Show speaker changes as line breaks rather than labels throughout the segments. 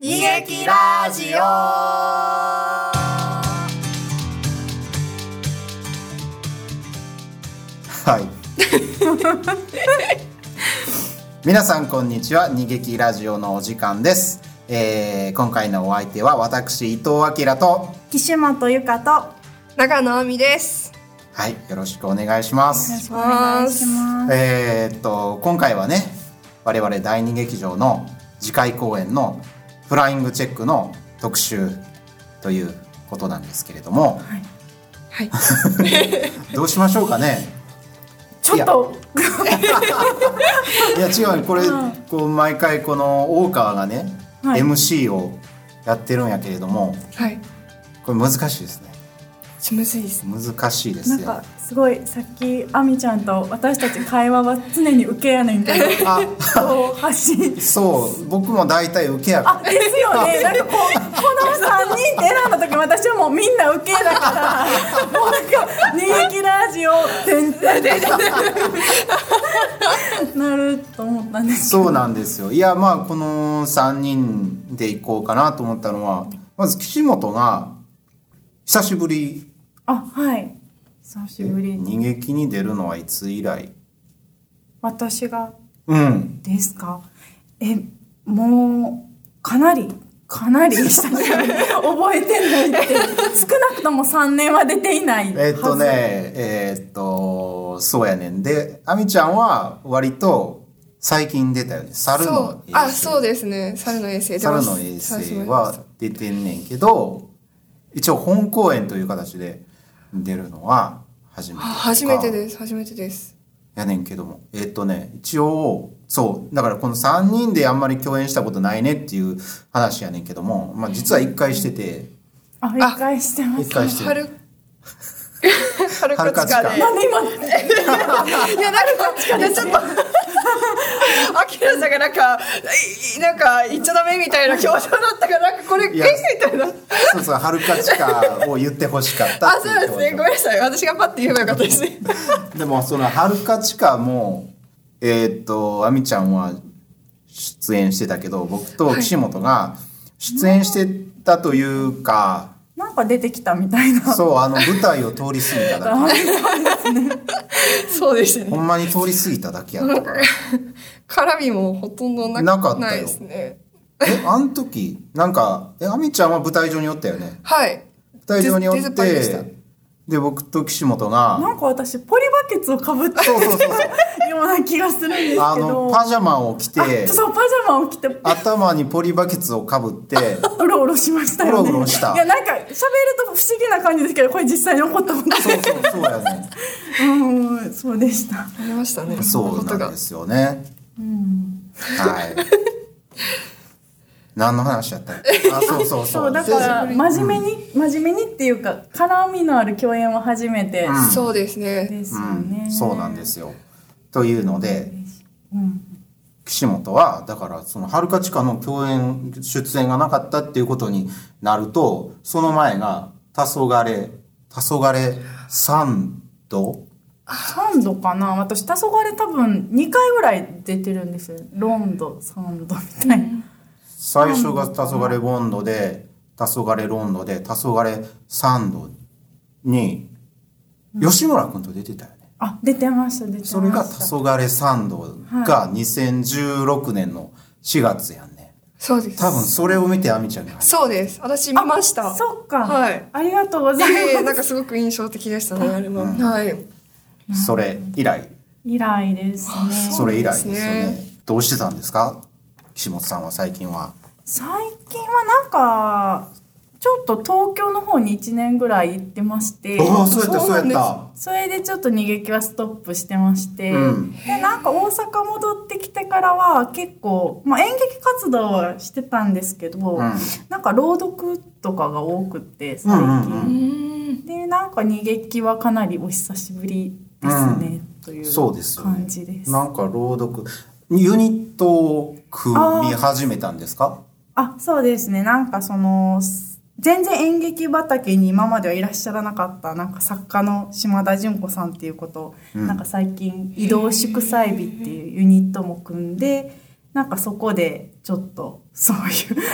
べきラジオ
はい。皆さんこんにちは。逃げきラジオのお時間です。えー今回のお相手は私伊藤明と
岸本ゆかとよ
中野亜美です。
はいよろしくお願いします。
しくお願いします
えーっと今回はね我々第二劇場の次回公演のフライングチェックの特集ということなんですけれども、
はい。
どうしましょうか ね。
ちょっと
いや違うこれ、こう毎回この大川がね、
はい
MC をやってるんやけれども
はい。
これ難しいですね
すみませんです。
難しいで
な
す
ん
よ
か
あ
すごいさっきあみちゃんと私たち会話は常に受けやねんけどこう発信
そう僕も大体受けや
あですよねなんかこうこの3人って選んだ時私はもうみんな受けだからもうなんか人気ラジオ全 然なると思ったんです
そうなんですよいやまあこの3人で行こうかなと思ったのはまず岸本が久しぶり
あはい久しぶりに
逃げ気に出るのはいつ以来
私が
うん
ですかえもうかなりかなり久 しぶり覚えてないって少なくとも3年は出ていないはず
えっとねえっとそうやねんであみちゃんは割と最近出たよね猿
そ
の
う
衛。星
あ、そうですね。猿の衛星出ま
猿
す。
の衛星
猿の衛
は出てんねんけど一応本公演という形で出るのは初めて
あ初めて
す
です。初めてです。
やねんけどもえっとね一応そうだからこの3人であんまり共演したことないねっていう話やねんけども、まあ、実は1回してて
あ一回してます
一回して
春
る。
春
はる
か
かち
ち
か
か
で
で。
なんで今
いや、なんか、ちょっと。あきらさんがなんか、いなんか、言っちゃダメみたいな表情だったから、なんか、これ、え
いや
みたいな。
そうそうはるかちかを言ってほしかった
あ、
っ
そ
ていう
ですね。ごめんなさい。私がパッて言えばよかったですね。
でもその「はるかちか」もえーっとあみちゃんは出演してたけど僕と岸本が出演してたというか、
なんか出てきたみたいな
そうあの舞台を通り過ぎただ
そうです
け
ね
ほ。んまに通り過ぎただけやったから
絡みもほとんどな
なかったよ
ないですね。
えあの時なんかえあみちゃんは舞台上におったよね
はい。
舞台上におっ
出ずっぱりでした
てで僕と岸本が
なんか私ポリバケツをかぶって
そうそうそうそう
るような気がするんですけど
あのパジャマを着て
あそうパジャマを着て
頭にポリバケツをかぶ って。
うろうろしましたよね
うろうろした
いやなんか喋ると不思議な感じですけどこれ実際に起こったことで
そうそうそうやね
うんそうでした
ありましたね。
そうなんですよね。 はい。何の話だったっけあ、そうそうそう。
そうだから
で
真面目に、真面目にっていうか絡みのある共演は初めて
そうですね。
ですよね、
うん、そうなんですよ。というので、
うん
岸本はだからそのはるかちかの共演出演がなかったっていうことになると、その前が黄昏黄昏三度
三度かな私黄昏多分二回ぐらい出てるんですよロンド三度みたいな、
最初が黄昏ボンドで黄昏ロンドで黄昏三度に吉村君と出てたよね。
あ出てました出てました
それが「黄昏三度」が2016年の4月やんね
そうです。
多分それを見てあみちゃんが
そうです。私見ました。
そっか、
はい
ありがとうござ
ええ
いま
なん
す
かすごく印象的でしたね、あれは。はい。
それ以来
以来ですね
それ以来ですよ
そうなんで
ねどうしてたんですか岸本さんは最近は
最近はなんかちょっと東京の方に1年ぐらい行ってまして
ああそうやった
そう
そうや
なん
っ
です
た
それでちょっと逃げ気はストップしてまして、
うん
でなんか大阪戻ってきてからは結構、まあ、演劇活動はしてたんですけど、
うん
なんか朗読とかが多くて
うん
最
うん
近、
うん
ん。
でなんか逃げ気はかなりお久しぶりですね、とい
そうです
う
よね
感じです。
なんか朗読ユニットを組み始めたんですか
あそうですねなんかその全然演劇畑に今まではいらっしゃらなかったなんか作家の島田純子さんっていうこと、なんか最近移動祝祭日っていうユニットも組んでなんかそこでちょっとそう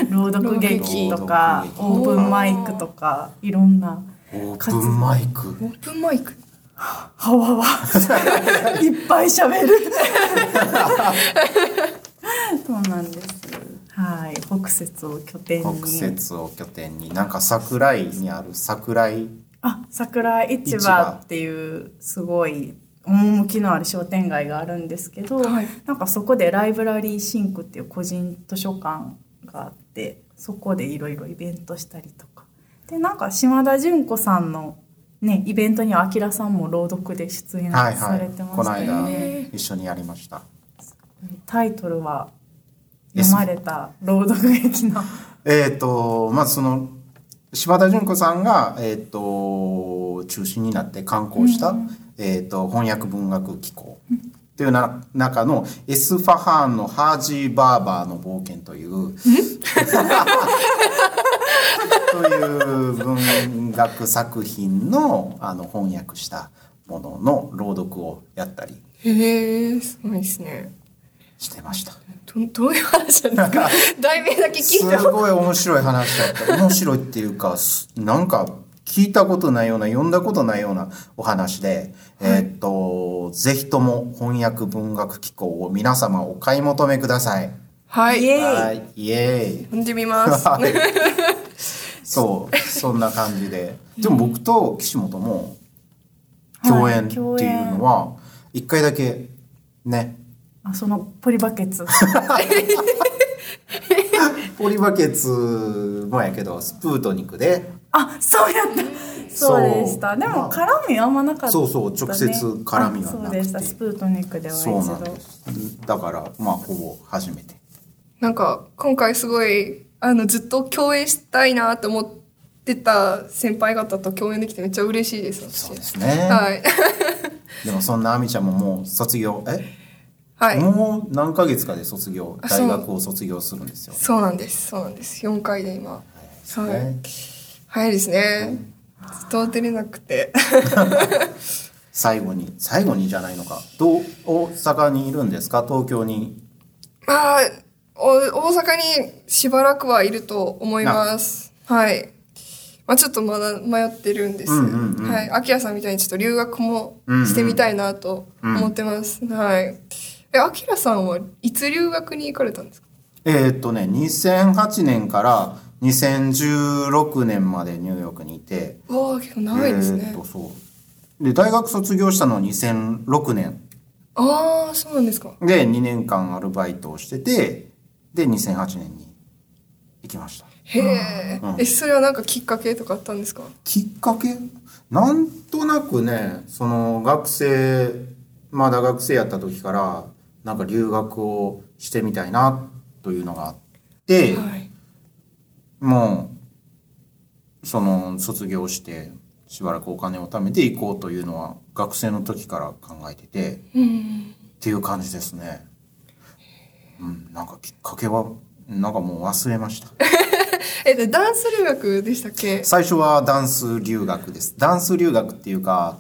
いう 朗読劇とか
朗
オープンマイクとかいろんな
オープンマイク
オープンマイク
はわわいっぱい喋る そうなんですはい北節を拠点に
北節を拠点になんか桜井にある桜井
あ桜市
市場
場っていうすごい趣のある商店街があるんですけど、
はい
なんかそこでライブラリーシンクっていう個人図書館があってそこでいろいろイベントしたりとかでなんか島田純子さんの、ね、イベントにはあきらさんも朗読で出演
はい
さ
は
れ
い
てま
この
したよね、
間一緒にやりました
タイトルは読まれた朗読劇の
えっ、とまずその柴田純子さんが、えー、と中心になって刊行した、えー、と翻訳文学機構っていうな中の「エスファハーンのハージー・バーバーの冒険」という という文学作品のあの翻訳したものの朗読をやったり
へえすごいですね
してました。
どどういう話なんですか題名だけ聞
す
いても
ごい面白い話だった面白いっていうかすなんか聞いたことないような読んだことないようなお話で、えーっとぜひとも翻訳文学機構を皆様お買い求めください。
はい
イエーイ
はい、イエーイ。
読んでみ ます
はいそう、そんな感じで、でも僕と岸本も
はい
共演っていうのは一回だけね、
あそのポリバケツ
ポリバケツもやけどスプートニクで。
あそうやったそうでした
そう
で
まあ
も絡みあんまなかった、ね、
そうそう直接絡みはなくて
あそうでしたスプートニクでは一
そうなん
度
です。だから、まあ、ほぼ初めて。
なんか今回すごいあのずっと共演したいなと思ってた先輩方と共演できてめっちゃ嬉しいです私
そうですね。
はい、
でも、そんなあみちゃんももう卒業、え、
はい、
もう何ヶ月かで卒業、
あ
大学を卒業するんですよ。
そうなんですそうなんです4回で今はい
ね
早いですねずっと出れなくて
最後に、最後にじゃないのか。どう、大阪にいるんですか東京に。
まあお大阪にしばらくはいると思いますはいまあちょっとまだ迷ってるんです、
うんうんうん
はいアキラさんみたいにちょっと留学もしてみたいなと思ってます、はいえアキラさんはいつ留学に行かれたんですか
えーっとね、2008年から2016年までニューヨークにいて。
わあ結構長いですね、
えーっと、そう。で、大学卒業したのは2006年。
ああそうなんですか
で2年間アルバイトをしててで2008年に行きました
へえ、
うん
えそれはなんかきっかけとかあったんですか
きっかけなんとなくねその学生まだ学生やった時からなんか留学をしてみたいなというのがあって、
はい
もうその卒業してしばらくお金を貯めて行こうというのは学生の時から考えてて。
うん
っていう感じですね。うん、なんかきっかけは、なんかもう忘れました。
えでダンス留学でしたっけ
最初はダンス留学です。ダンス留学っていうか、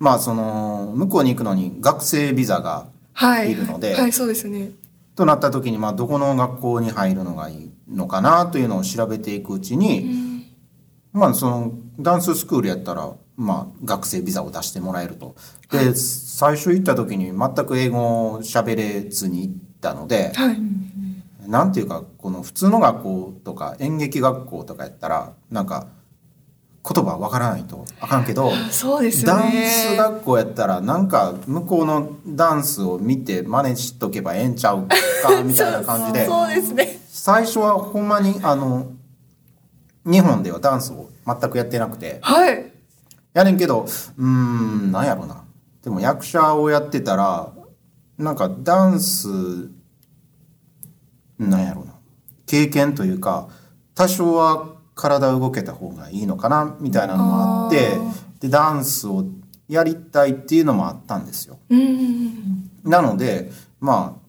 まあその、向こうに行くのに学生ビザが、
はい
いるので
はいそうですよね
となった時に、まあどこの学校に入るのがいいのかなというのを調べていくうちに、まあその、ダンススクールやったら、まあ学生ビザを出してもらえると。で、最初行った時に全く英語を喋れずに行ったので、
はい
なんていうかこの普通の学校とか演劇学校とかやったらなんか言葉わからないとあかんけど、
あそうですよ
ダン
ね
ス学校やったらなんか向こうのダンスを見て真似しとけばええんちゃうかみたいな感じで
そうそうですね
最初はほんまにあの日本ではダンスを全くやってなくて
はい
やねんけどうーんなんやろなでも役者をやってたらなんかダンスなんやろな経験というか多少は体動けた方がいいのかなみたいなのもあってでダンスをやりたいっていうのもあったんですよ
うん
なのでまあ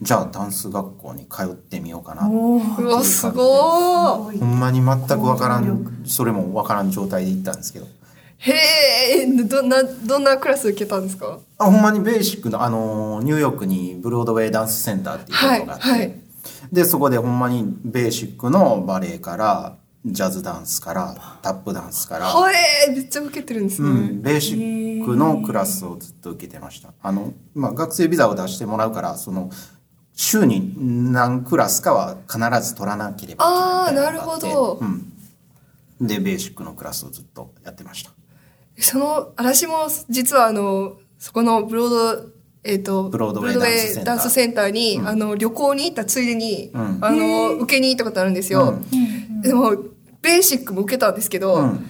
じゃあダンス学校に通ってみようかな
おー
うわすご
ほんまに全くわからんそれもわからん状態で行ったんですけど
ーへえどんなどんなクラス受けたんですか
あほんまにベーシックな、あのーニューヨークにブロードウェイダンスセンターっていうところがあって、
はいはい
でそこでほんまにベーシックのバレエからジャズダンスからタップダンスから、
ほえーめっちゃ受けてるんです
う
ね、
ん、ベーシックのクラスをずっと受けてました。あのまあ、学生ビザを出してもらうからその週に何クラスかは必ず取らなければいけないみたいのがあって
あーなるほど
うん、でベーシックのクラスをずっとやってました。
その私も実はあのそこのブロードえっ、と
ブロードウェイ
ブダンスセンターに、あの旅行に行ったついでに、
うん
あの受けに行ったことあるんですよ、でもベーシックも受けたんですけど、
うん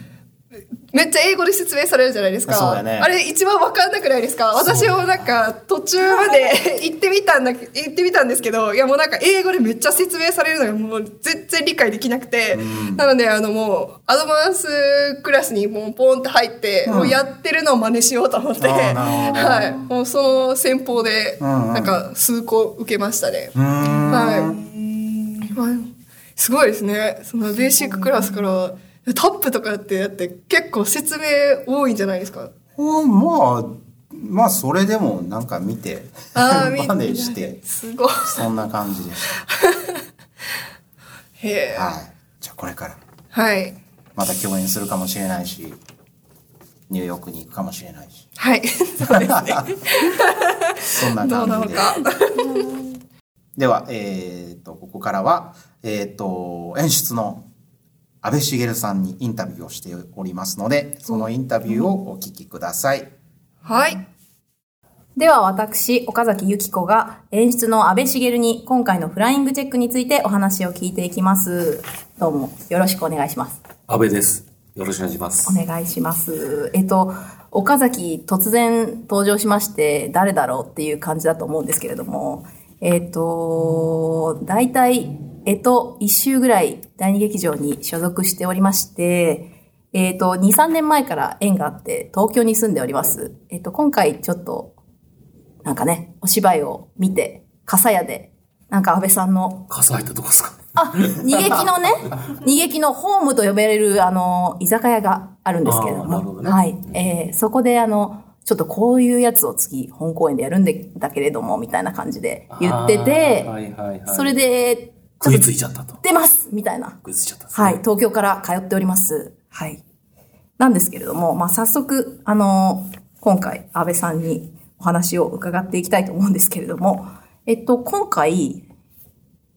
めっちゃ英語で説明されるじゃないですか。
そうだね
あれ一番わかんなくないですか。私もなんか途中まで行ってみたんだけ行ってみたんですけど、いやもうなんか英語でめっちゃ説明されるのがもう全然理解できなくて、なのであのもうアドバンスクラスにもうポンって入って、もうやってるのを真似しようと思って、
あーなるほど
はい、もうその戦法で
うんうん
なんか数個受けましたね。
うーん
はい、まあすごいですねそのベーシッククラスからタップとかってやって結構説明多いんじゃないですか
あまあまあそれでもなんか見て
あー 見て
真似して
すごい
そんな感じでし
へえ
た。はい。じゃあこれから
はい
また共演するかもしれないしニューヨークに行くかもしれないし。
はい そうですね
そんな
どうなの
感じで。
か
では、えー、と、ここからは、えー、と、演出の安倍茂さんにインタビューをしておりますので、そのインタビューをお聞きください。
はい
では私、岡崎由紀子が演出の安倍茂に今回のフライングチェックについてお話を聞いていきます。どうもよろしくお願いします。
安倍です。よろしくお願いします。
お願いします。えっと、岡崎突然登場しまして誰だろうっていう感じだと思うんですけれども、えっと、大体、えっと、1週ぐらい第二劇場に所属しておりまして、えっと、2、3年前から縁があって東京に住んでおります。えっと、今回ちょっとなんかね、お芝居を見て、笠屋で、なんか安倍さんの、
傘入ったとこですか
あ、逃げきのね、逃げきのホームと呼ばれる、あの、居酒屋があるんですけれど
あーなるほ
も、
どね
はい、えーそこであの、ちょっとこういうやつを次、本公演でやるんでだけれども、みたいな感じで言ってて、
あーはいはいはい。
それ、で、
食いついちゃったと。
出ますみたいな。
食いついちゃったんですね
はい、東京から通っております。はい。なんですけれども、まあ、早速、あの、今回、安倍さんにお話を伺っていきたいと思うんですけれども、えっと、今回、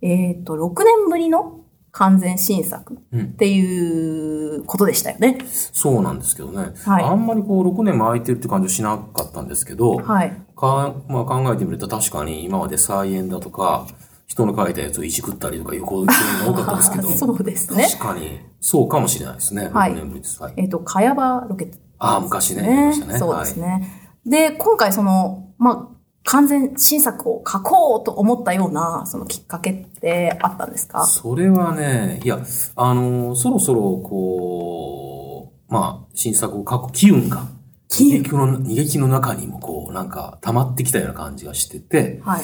えっと、6年ぶりの完全新作
うん
っていうことでしたよね。
そうなんですけどね。
はい
あんまりこう、6年も空いてるって感じはしなかったんですけど、
はい。
かまあ、考えてみると確かに今まで再演だとか、人の書いたやつをいじくったりとか横にいうのが多かったんですけど、
そうですね。
確かに、そうかもしれないですね。
はい
6年ぶりです。はい。
えっと、茅場ロケット
ああ、昔ね、やりましたね。
そうです
はい。
ね。で、今回その、まあ、完全新作を書こうと思ったような、そのきっかけってあったんですか
それはね、いや、あのそろそろ、こう、まあ、新作を書く機運が、
機運
逃げ気の、逃げ気の中にも、こう、なんか、溜まってきたような感じがしてて、
はい。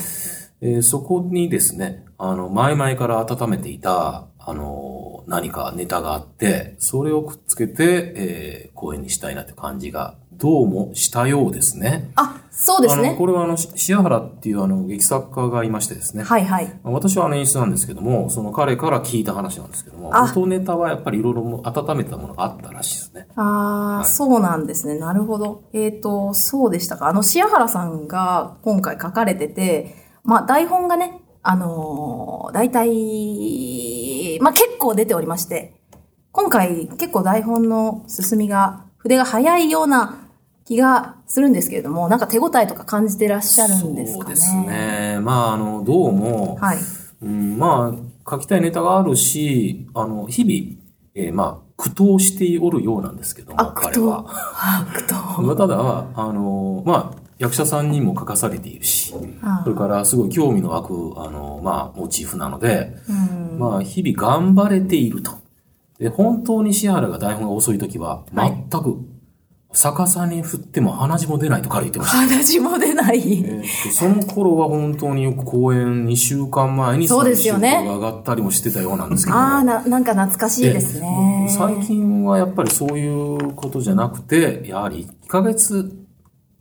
えーそこにですね、あの、前々から温めていた、あの何かネタがあって、それをくっつけて、えー、公演にしたいなって感じが、どうもしたようですね。
あ、そうです
あの、
ね。
これはあの、し篠原っていうあの、劇作家がいましてですね。
はいはい。
私はあの演出なんですけども、その彼から聞いた話なんですけども、
あ
音ネタはやっぱりいろいろ温めてたものがあったらしいですね。
ああ、
はい
そうなんですね。なるほど。えっ、と、そうでしたか。あの、シアハラさんが今回書かれてて、まあ、台本がね、あのー大体、まあ結構出ておりまして、今回結構台本の進みが、筆が早いような気がするんですけれども、なんか手応えとか感じてらっしゃるんです
そう
かね。
です。ね。まあ、あの、どうも、
はい。
うん、まあ、書きたいネタがあるし、あの、日々、えーまあ、苦闘しておるようなんですけど
あ
も、
苦闘
彼は。
悪と。
まあただ、あの、まあ、役者さんにも書かされているし、
あ
それからすごい興味の湧く、あの、まあ、モチーフなので、
うん。
まあ、日々頑張れていると。で、本当にシ原が台本が遅い時は、
はい
全く、逆さに振っても鼻血も出ないと彼言ってました。
話も出ない。
えーとその頃は本当によく公演2週間前に
そうですよね
最終稿が上がったりもしてたようなんですけど
ああ、な、なんか懐かしいですね。
最近はやっぱりそういうことじゃなくて、やはり1ヶ月、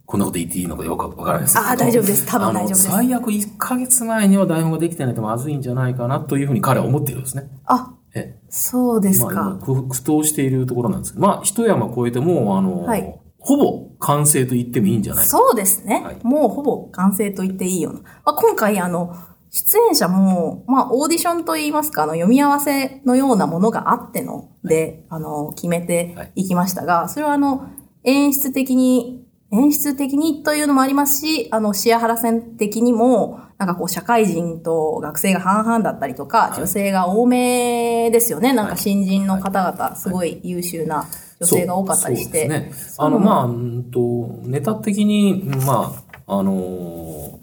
こんなこと言っていいのかよくわからないですけど
あー大丈夫です多分
あ
大
の
丈夫です
最悪1ヶ月前には台本ができてないとまずいんじゃないかなというふうに彼は思っているんですね。
あ、
え
そうで
え、
す
まあ今
か。
苦苦闘しているところなんですけど、まあ一山越えてもう、あの、
はい
ほぼ完成と言ってもいいんじゃないか。
そうですね、
はい
もうほぼ完成と言っていいような。まあ、今回、あの、出演者も、まあ、オーディションといいますか、あの、読み合わせのようなものがあっての、で、あの、決めていきましたが、それは、あの、演出的に、演出的にというのもありますし、あの、シアハラ戦的にも、なんかこう、社会人と学生が半々だったりとか、
い
女性が多めですよね。なん
は
か
い
新人の方々、すごい優秀な女性が多かったりして。
そうそうですね。あの、まあ、うんと、ネタ的に、まあ、あのー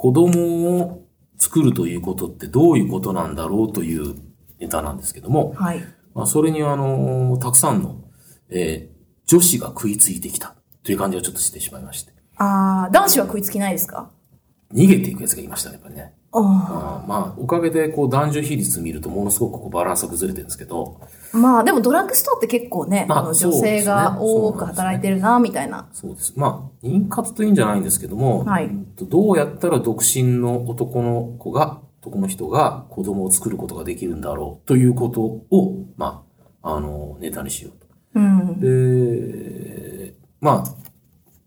子供を作るということってどういうことなんだろうというネタなんですけども、
はい。
まあ、それにあのーたくさんの、えー女子が食いついてきたという感じがちょっとしてしまいまして、
ああ、男子は食いつきないですか
逃げていくやつがいましたね、やっぱりね。
あ
あーまあ、おかげで、こう、男女比率見るとものすごくこうバランスが崩れてるんですけど、
あ、まあでもドラッグストアって結構ね、
まあ
あの
そう
女
ですね
性が多く
そうなんですね
働いてるな、みたいな。
そうです。まあ、妊活というんじゃないんですけども、
はい
うんとどうやったら独身の男の子が、男の人が子供を作ることができるんだろうということを、まあ、あの、ネタにしようと。
うん。
で、まあ、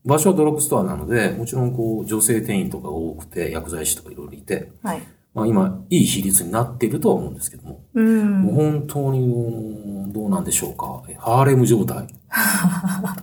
場所はドラッグストアなので、もちろんこう、女性店員とかが多くて、薬剤師とかいろいろいて、
はい。
まあ今、いい比率になっているとは思うんですけども、
うん。
もう本当にもうどうなんでしょうか。えハーレム状 態。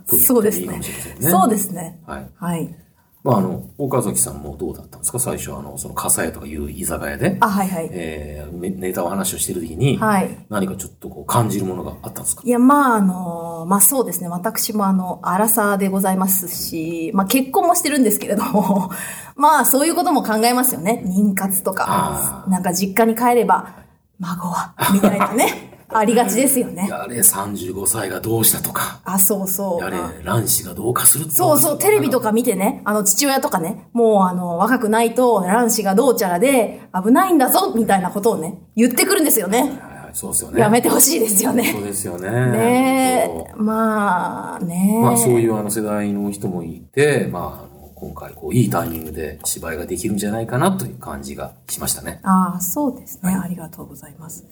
と言
そう
っ
で
て
す
いいか
ね
もしれません。ね。
そうですね。
はい。
はい。
まあ、あの、岡崎さんもどうだったんですか最初、あの、その、笠屋とかいう居酒屋で、
あ、はいはい。
えーめネタを話をしてる時に、
はい。
何かちょっとこう、感じるものがあったんですか
いや、まあ、あの、まあそうですね。私もあの、アラサーでございますし、まあ結婚もしてるんですけれども、 まあそういうことも考えますよね。妊活と
あ
か、
ー
なんか実家に帰れば、孫は、みたいなね。ありがちですよね。
やれ、35歳がどうしたとか、
あ、そうそう。
やれ
まあ、
卵子がどうかするとか
そうそう、テレビとか見てね、あの、父親とかね、もうあの、若くないと、卵子がどうちゃらで、危ないんだぞ、みたいなことをね、言ってくるんですよね。
はいはい、そうですよね。
やめてほしいですよ
そう
ね。
ですよね。
ねえ、
本
まあ、ねえ。。
当まあ、そういううあの世代の人もいて、まあ、あの今回、こう、いいタイミングで芝居ができるんじゃないかなという感じがしましたね。
ああ、そうですね。ありがとうございます。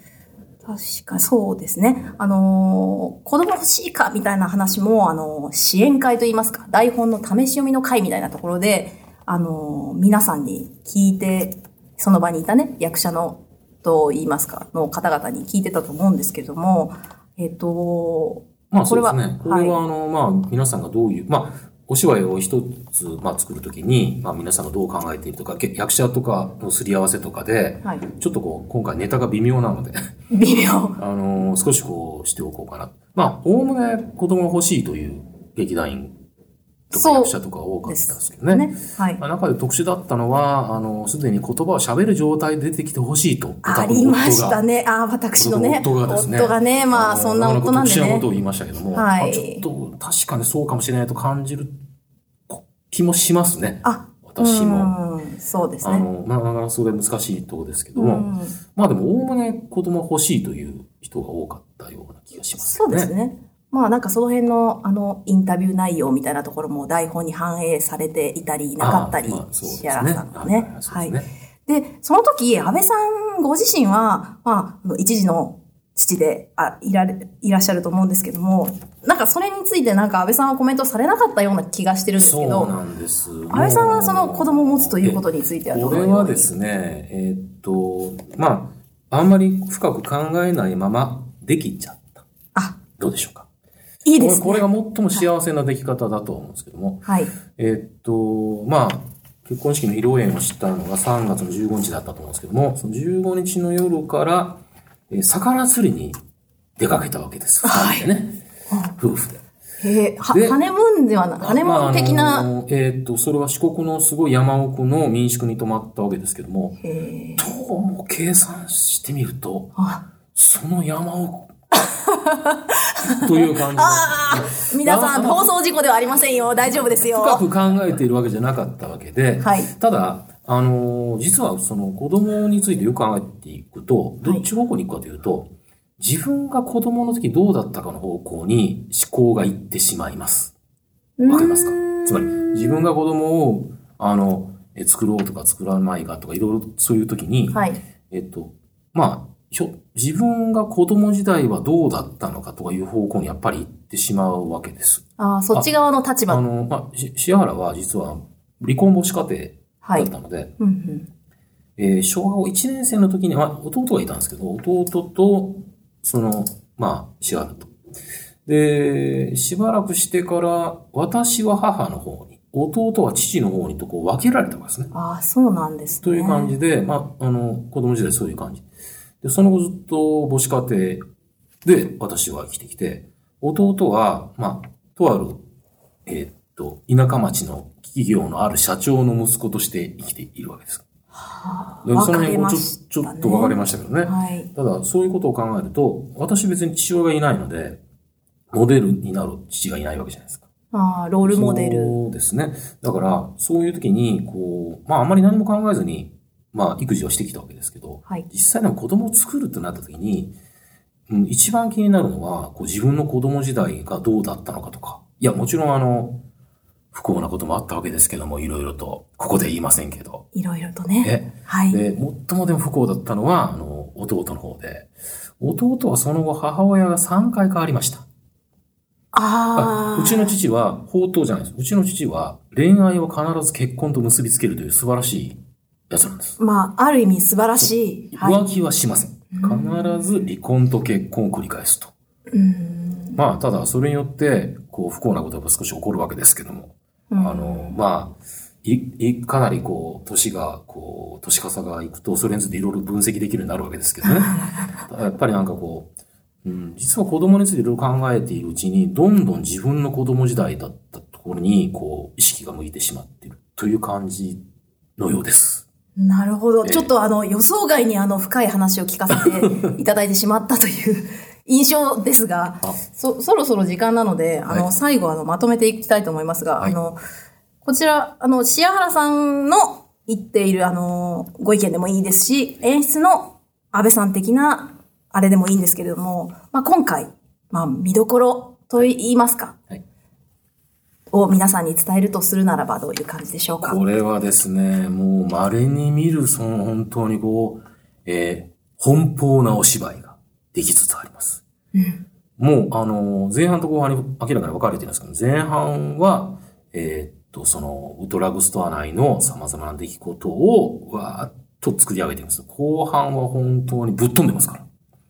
確か、そうですね。あのー子供欲しいか、みたいな話も、あのー支援会といいますか、台本の試し読みの会みたいなところで、あのー皆さんに聞いて、その場にいたね、役者の、と言いますか、の方々に聞いてたと思うんですけれども、えっ、と、
まあそうですね。
こ
こ
れは
れは、あの、まあ皆さんがどういう、まあ、お芝居を一つ、まあ、作るときに、まあ、皆さんがどう考えているとか、け役者とかのすり合わせとかで、
はい
ちょっとこう、今回ネタが微妙なので、
微妙。
あの少しこうしておこうかな。まあ、おおむね子供が欲しいという劇団員と
そ
か
う
役者とか多かったんですけどね。
ね。はい。
まあ中で特殊だったのは、あの、すでに言葉を喋る状態で出てきてほしいと。
ありまし
夫が
たね。ああ、私のね。
夫がですね。
夫がね、まあ、
の
そんな夫なんで
特殊な
ね
こと。を言いましたけども、
はい
まあちょっと確かにそうかもしれないと感じるこ気もしますね。
あ、
私も。
うん、そうです
あ
ね。
の、まあ、なかなかそれは難しいところですけど
う
も、
ん、
まあでも、おおむね子供欲しいという人が多かったような気がします
そうです。ね。まあなんかその辺のあのインタビュー内容みたいなところも台本に反映されていたりいなかったり、
ああまあそうです
シ
ね
アラさんのね。は
はい
い
はいそうですね。
で、その時、安倍さんご自身は、まああの、一時の父であいられいらっしゃると思うんですけども、なんかそれについてなんか安倍さんはコメントされなかったような気がしてるんですけ
そう
ど、
なんです。安
安倍さんはその子供を持つということについてはどの
こ
よう
れ
に
はですね、えーっと、まあ、あんまり深く考えないままできちゃった。
あ、
どうでしょうか。
いいです
これ
ね。
これが最も幸せな出来方だと思うんですけども、
はい。
えーっと、まあ、結婚式の披露宴をしたのが3月の15日だったと思うんですけども、その15日の夜から、えー魚釣りに出かけたわけです。二人でね。夫婦で。
へえ、は、
で
ハネムーンではな、ハネムーン的
まああ
な、
のえーっと、それは四国のすごい山奥の民宿に泊まったわけですけども、
へえ
どうも計算してみると、
あ、
その山を、とい う感じの
皆さん、放送事故ではありませんよ。大丈夫です
深
よ。
く考えているわけじゃなかったわけで、
はい
ただ、あのー実はその子供についてよく考えていくと、どっち方向に行くかというと、自分が子供の時どうだったかの方向に思考が行ってしまいます。わかりますかつまり、自分が子供を、あの、え作ろうとか作らないかとか、いろいろそういう時に、
はい。
えっと、まあ、ひょ自分が子供時代はどうだったのかとかいう方向にやっぱり行ってしまうわけです。
ああ、そっち側の立
あ
場。
の、まあ、し、シ原は実は離婚母子家
はい。
庭
う
だったので、
んうん。
えー小学1年生の時には、弟がいたんですけど、弟と、その、まあ、シ原と。で、しばらくしてから、私は母の方に、弟は父の方にとこう分けられたわけですね。
ああ、そうなんですね。
という感じで、まあ、あの、子供時代そういう感じ。で、その後ずっと母子家庭で私は生きてきて、弟は、まあ、とある、えーっと、田舎町の企業のある社長の息子として生きているわけです。でその辺
分かれま
もちょ
したね
ちょっと分かれましたけどね。
はい。
ただ、そういうことを考えると、私別に父親がいないので、モデルになる父がいないわけじゃないですか。
ああ、ロールモデル。
そうですね。だから、そういう時に、こう、まあ、あんまり何も考えずに、まあ、育児をしてきたわけですけど、
はい。
実際でも子供を作るとなった時に、うん、一番気になるのは、こう自分の子供時代がどうだったのかとか。いや、もちろんあの、不幸なこともあったわけですけども、いろいろと、ここで言いませんけど。
いろいろとね。
え
はい。
で、最もでも不幸だったのは、あの、弟の方で。弟はその後、母親が3回変わりました。
ああ。
うちの父は、宝刀じゃないです。うちの父は、恋愛を必ず結婚と結びつけるという素晴らしいやつなんです。
まあ、ある意味素晴らしい。は
浮気はしません。必ず離婚と結婚を繰り返すと。
い。うん。
まあ、ただ、それによって、こう、不幸なことが少し起こるわけですけども。
うん
あの、まあ、い、い、かなりこう、年が、こう、年かさがいくと、それについていろいろ分析できるようになるわけです けどね。やっぱりなんかこう、うん、実は子供についていろいろ考えているうちに、どんどん自分の子供時代だったところに、こう、意識が向いてしまっているという感じのようです。
なるほど。
ええ
ちょっとあの、予想外にあの、深い話を聞かせていただいてしまったという 印象ですが
あ、
そ、そろそろ時間なので、あの、
はい
最後あの、まとめていきたいと思いますが、
はい
あの、こちら、あの、シアハラさんの言っているあの、ご意見でもいいですし、演出の安倍さん的なあれでもいいんですけれども、まあ、今回、まあ、見どころと言いますか、
はい
を皆さんに伝えるとするならばどういう感じでしょうか
これはですね、もう稀に見る、その本当にこう、えー奔放なお芝居ができつつあります。もう、あの、前半と後半に明らかに分かれてるんですけど、前半は、えーっと、その、ドラッグストア内の様々な出来事を、わーっと作り上げてるんですよ後半は本当にぶっ飛んでますから。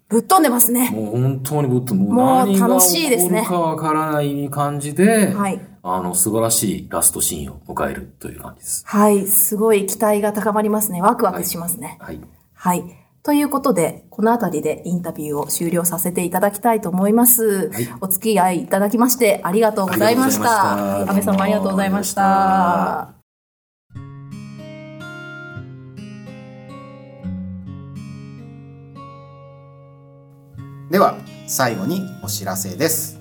ぶっ飛んでますね。
もう本当にぶっ飛んで、
もう
何が
楽しい
起
です
こ
ね
るかわからない感じで、
はい。
あの、素晴らしいラストシーンを迎えるという感じです。
はい、すごい期待が高まりますね。ワクワクしますね。
はい。
はい。ということで、この辺りでインタビューを終了させていただきたいと思います。
はい
お付き合いいただきましてありがとうございまし
あ
た。
りがとうございました
安倍さんもありがとうございまし。
どうもありがとうございました
では最後にお知らせです、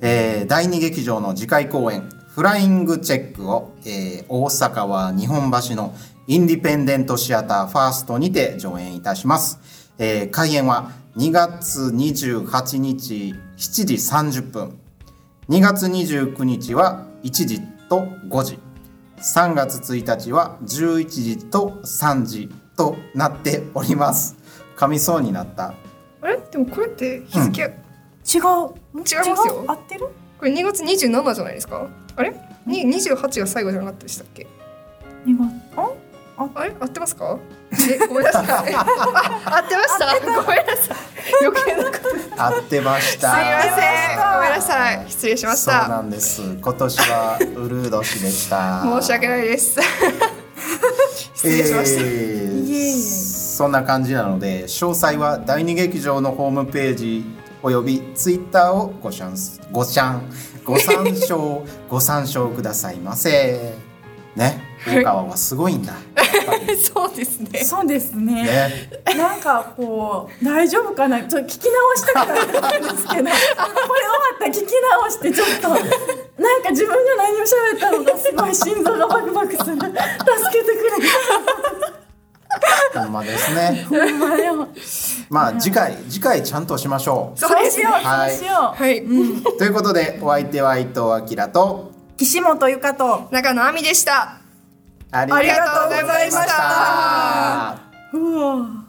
えー第2劇場の次回公演「フライングチェックを」えー大阪は日本橋のインディペンデントシアターファーストにて上演いたします、えー開演は2月28日7時30分2月29日は1時と5時3月1日は11時と3時となっております噛みそうになった
あれでもこれって日付、
違う違い
ますよ
合ってる
これ2月27じゃないですかあれに28が最後じゃなかったでしたっけ
二月
あれ合ってますかえごめん なさいあ合ってましたごめんなさい余計なこと
合ってました。
すいません。ごめんなさい。失礼しまし
そうな
た。
んです。今年はウルー年でした。
申し訳ないです。失礼しました。
えー
いえいえ
そんな感じなので、詳細は第二劇場のホームページおよびツイッターをごしゃんごしゃんご参照ご参照くださいませ。ね。大川はすごいんだ。
そうですね。
そうですね
ね。
なんかこう大丈夫かなちょっと聞き直したくなったんですけどこれ終わったら聞き直してちょっとなんか自分が何を喋ったのかすごい心臓がバクバクする助けてくれ
ほんまですね。
ほんまよ
まあ次回、次回ちゃんとしましょ
そうしよう
はい
そうしよう
はい。
う。ということで、お相手は伊藤明と、
岸本ゆかと
中野亜美でした。
あり
ありがとうございました
がとうございました
うわ